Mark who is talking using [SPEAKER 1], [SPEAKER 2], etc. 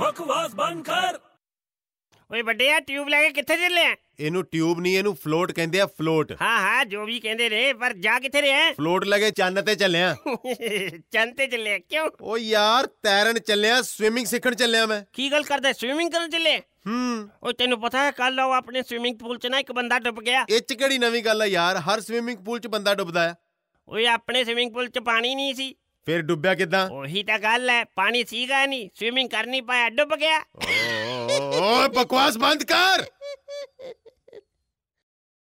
[SPEAKER 1] ਬਕਵਾਸ ਬੰਦ ਕਰ
[SPEAKER 2] ਓਏ ਵੱਡਿਆ ਟਿਊਬ ਲੈ ਕੇ ਕਿੱਥੇ ਚੱਲੇ ਆ
[SPEAKER 3] ਇਹਨੂੰ ਟਿਊਬ ਨਹੀਂ ਇਹਨੂੰ ਫਲੋਟ ਕਹਿੰਦੇ ਆ ਫਲੋਟ
[SPEAKER 2] ਹਾਂ ਹਾਂ ਜੋ ਵੀ ਕਹਿੰਦੇ ਨੇ ਪਰ ਜਾ ਕਿੱਥੇ ਰਿਹਾ ਹੈ?
[SPEAKER 3] ਫਲੋਟ ਲਗੇ ਚੰਨ ਤੇ ਚੱਲਿਆ
[SPEAKER 2] ਚੰਨ ਤੇ ਚੱਲੇ ਆ, ਕਿਉਂ
[SPEAKER 3] ਓ ਯਾਰ ਤੈਰਨ ਚੱਲਿਆ ਸਵਿਮਿੰਗ ਸਿੱਖਣ ਚੱਲਿਆ ਮੈਂ
[SPEAKER 2] ਕੀ ਗੱਲ ਕਰਦਾ ਸਵਿਮਿੰਗ ਕਰਨ ਚੱਲੇ
[SPEAKER 3] ਹੂੰ
[SPEAKER 2] ਓਏ ਤੈਨੂੰ ਪਤਾ ਹੈ ਕੱਲ ਉਹ ਆਪਣੇ ਸਵਿਮਿੰਗ ਪੂਲ 'ਚ ਨਾ ਇੱਕ ਬੰਦਾ ਡੁੱਬ ਗਿਆ
[SPEAKER 3] ਇਹ ਚ ਕਿਹੜੀ ਨਵੀਂ ਗੱਲ ਆ ਯਾਰ ਹਰ ਸਵਿਮਿੰਗ ਪੂਲ 'ਚ ਬੰਦਾ ਡੁੱਬਦਾ ਆ
[SPEAKER 2] ਓਏ ਆਪਣੇ ਸਵਿਮਿੰਗ ਪੂਲ 'ਚ ਪਾਣੀ ਨਹੀਂ ਸੀ
[SPEAKER 3] ਫਿਰ ਡੁੱਬਿਆ ਕਿਦਾਂ
[SPEAKER 2] ਉਹੀ ਤਾਂ ਗੱਲ ਹੈ ਪਾਣੀ ਸੀਗਾ ਨਹੀਂ ਸਵਿਮਿੰਗ ਕਰ ਨਹੀਂ ਪਾਇਆ ਡੁੱਬ ਗਿਆ
[SPEAKER 3] ਓਏ ਬਕਵਾਸ ਬੰਦ ਕਰ